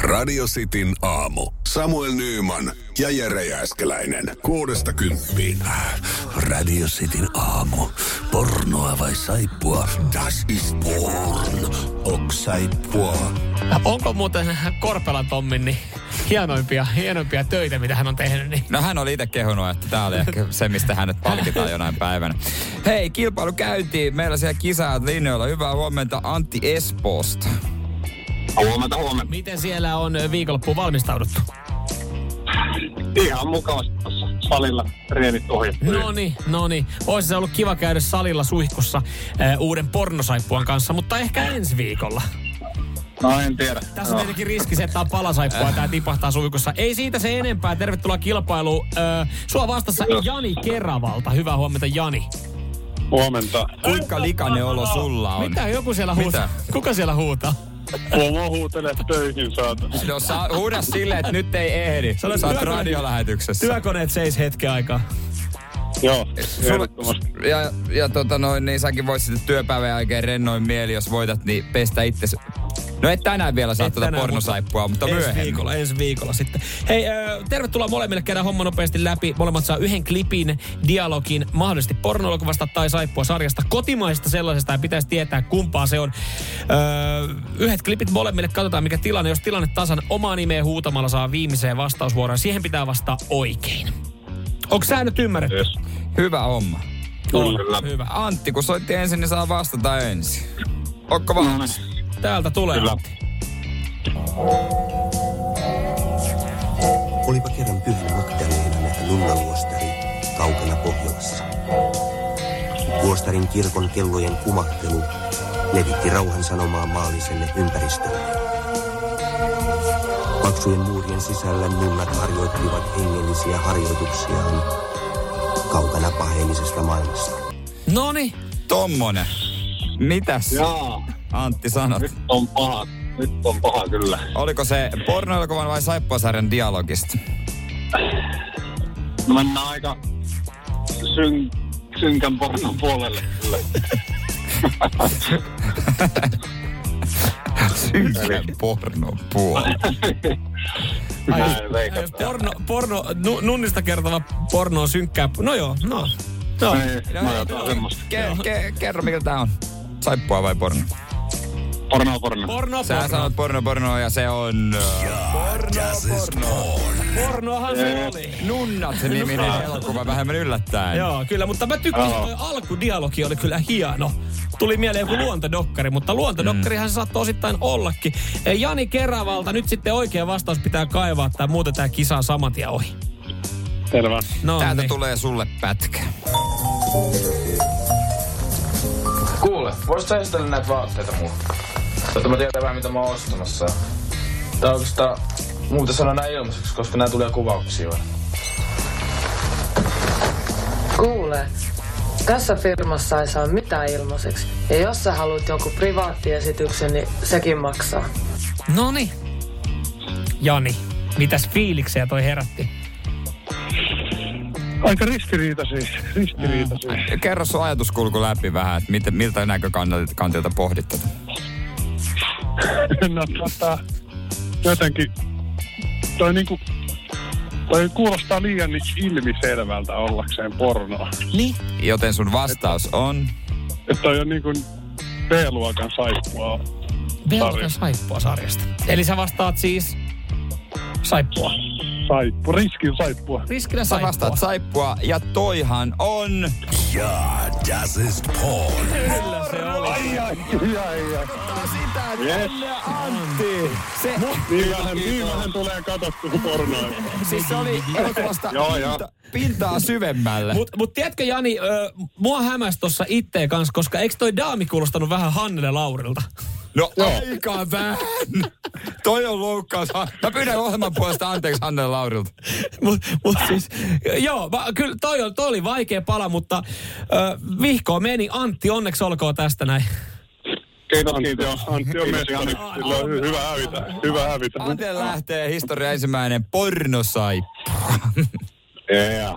Radio Cityn aamu. Samuel Nyyman ja Jere Jääskeläinen. Kuudesta kymppiin. Radio Cityn aamu. Pornoa vai saippua? Das is porn. Ok saippua. Onko muuten Korpelan Tommin niin hienoimpia, hienoimpia töitä, mitä hän on tehnyt? Niin No hän oli itse kehunut, että tää oli ehkä se, mistä hänet palkitaan jonain päivänä. Hei, kilpailu käyntiin. Meillä siellä kisaajat linjoilla. Hyvää huomenta Antti Espoosta. Huomenta, huomenta. miten siellä on viikonloppuun valmistauduttu? Ihan mukavasti tuossa salilla reenit ohjattu. No niin, no niin. Olisi se ollut kiva käydä salilla suihkussa eh, uuden pornosaippuan kanssa, mutta ehkä ensi viikolla. No en tiedä. Tässä on No. tietenkin riski se, että tää on palasaippua ja tää tipahtaa suihkussa. Ei siitä se enempää. Tervetuloa kilpailuun. Ö, sua vastassa Jani Keravalta. Hyvää huomenta, Jani. Huomenta. Kuinka likainen olo sulla on? Mitä joku siellä huutaa? Mitä? Kuka siellä huutaa? Kuomo huutelee töihin saata. No saa, huuda silleen, että nyt ei ehdi. Sä olet Sä oot työkone- radiolähetyksessä. Työkoneet seis hetken aikaa. Joo, Sulla- ehdottomasti. ja, ja tota noin, niin säkin voit sitten työpäivän jälkeen rennoin mieli, jos voitat, niin pestä itsesi. No et tänään vielä saa Et tuota tänään, pornosaippua, mutta ensi myöhemmin. viikolla, ensi viikolla sitten. Hei, ö, tervetuloa molemmille, käydään homma nopeasti läpi. Molemmat saa yhden klipin, dialogin, mahdollisesti pornolokuvasta tai saippua sarjasta, kotimaisesta sellaisesta, ja pitäisi tietää kumpaa se on. Ö, yhdet klipit molemmille, katsotaan mikä tilanne. Jos tilanne tasan, omaa nimeä huutamalla saa viimeiseen vastausvuoroon. Siihen pitää vastaa oikein. Onko sä nyt ymmärretty? Yes. Hyvä homma. Kyllä. On, Hyvä. Antti, kun soitti ensin, niin saa vastata ensin. Onko No valmis? niin. Täältä tulee. Kyllä. Olipa kerran pyhänä Magdalena näitä nunnaluostari kaukana Pohjolassa. Luostarin kirkon kellojen kumahtelu levitti rauhan sanomaa maalliselle ympäristölle. Paksujen muurien sisällä nunnat harjoittelivat hengellisiä harjoituksiaan kaukana paheellisesta maailmasta. Noni, Tommonen. Mitäs niin. Jaa, Antti sanot? nyt on paha. Nyt on paha kyllä. Oliko se pornoelokuvan vai saippuasarjan dialogista? No mennään aika syn, synkän pornon puolelle kyllä. Synkän pornon puoli. Näin jos veikataan. porno, porno nu, nunnista kertova porno on synkkää. No joo, no. No, Niin, Mä otan semmoista. Ke, ke, kerro, mikä tää on. Saippua vai porno? Porno, porno. Porno, Sä porno. sanot porno, porno ja se on... ö, Pornohan se oli. Nunnat-niminen elokuva vähemmän yllättäen. Joo, kyllä, mutta mä tykkäsin, Joo. toi alkudialogi oli kyllä hieno. Tuli mieleen joku luontodokkari, mutta luontodokkarihan se saattoi osittain ollakin. Eh, Jani Keravalta, nyt sitten oikea vastaus pitää kaivaa, tai muuten tää kisa on saman tien ohi. Selvä. No Täältä niin. tulee sulle pätkä. Kuule, voisit sä esitellä näitä vaatteita mulle? Jotta mä tiedän vähän mitä mä oon ostamassa. Tää on oikeastaan muuta sanoa nää ilmaiseksi, koska nää tulee kuvauksia vielä. Kuule, tässä firmassa ei saa mitään ilmaiseksi. Ja jos sä haluat joku privaattiesityksen, niin sekin maksaa. No niin. Noni. Jani, mitäs fiiliksejä toi herätti? Aika ristiriitaisia. Ristiriitaisia. Kerro sun ajatuskulku läpi vähän, että mit, miltä näkökantilta pohdit tätä. No tota, jotenkin, toi niinku, toi kuulostaa liian niin ilmiselvältä ollakseen pornoa. Niin? Joten sun vastaus on... Että toi on niinku B-luokan saippua. Velka saippua sarjasta. Eli sä vastaat siis saippua. Saippu, riskin saippua. Riskinä Sä saippua. vastaat saippua ja toihan on... Ja das is porn. Kyllä se oli. Ai, ai, ai, ai. Yes. Antti! Se, Niin vähän, niin vähän tulee katsottu pornoa. siis se oli elokuvasta Joo, joo. pinta- pintaa syvemmälle. Mut, mut tiedätkö Jani, ö, mua hämäs tossa itteen kanssa, koska eikö toi daami kuulostanut vähän Hannele Laurilta? No aika vähän. Toi on loukkaus. Mä pyydän ohjelman puolesta anteeksi Hanne Laurilta. mut, mut siis, joo, mä, kyllä toi, on, toi oli vaikea pala, mutta ö, vihkoa meni. Antti, onneksi olkoon tästä näin. Kiitos, kiitos. Antti on mies. Sillä on hy- hyvä hävitä. Hyvä hävitä. Antti lähtee historia ensimmäinen pornosai. Yeah.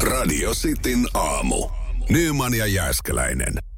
Radio Cityn aamu. Nyman ja Jääskeläinen.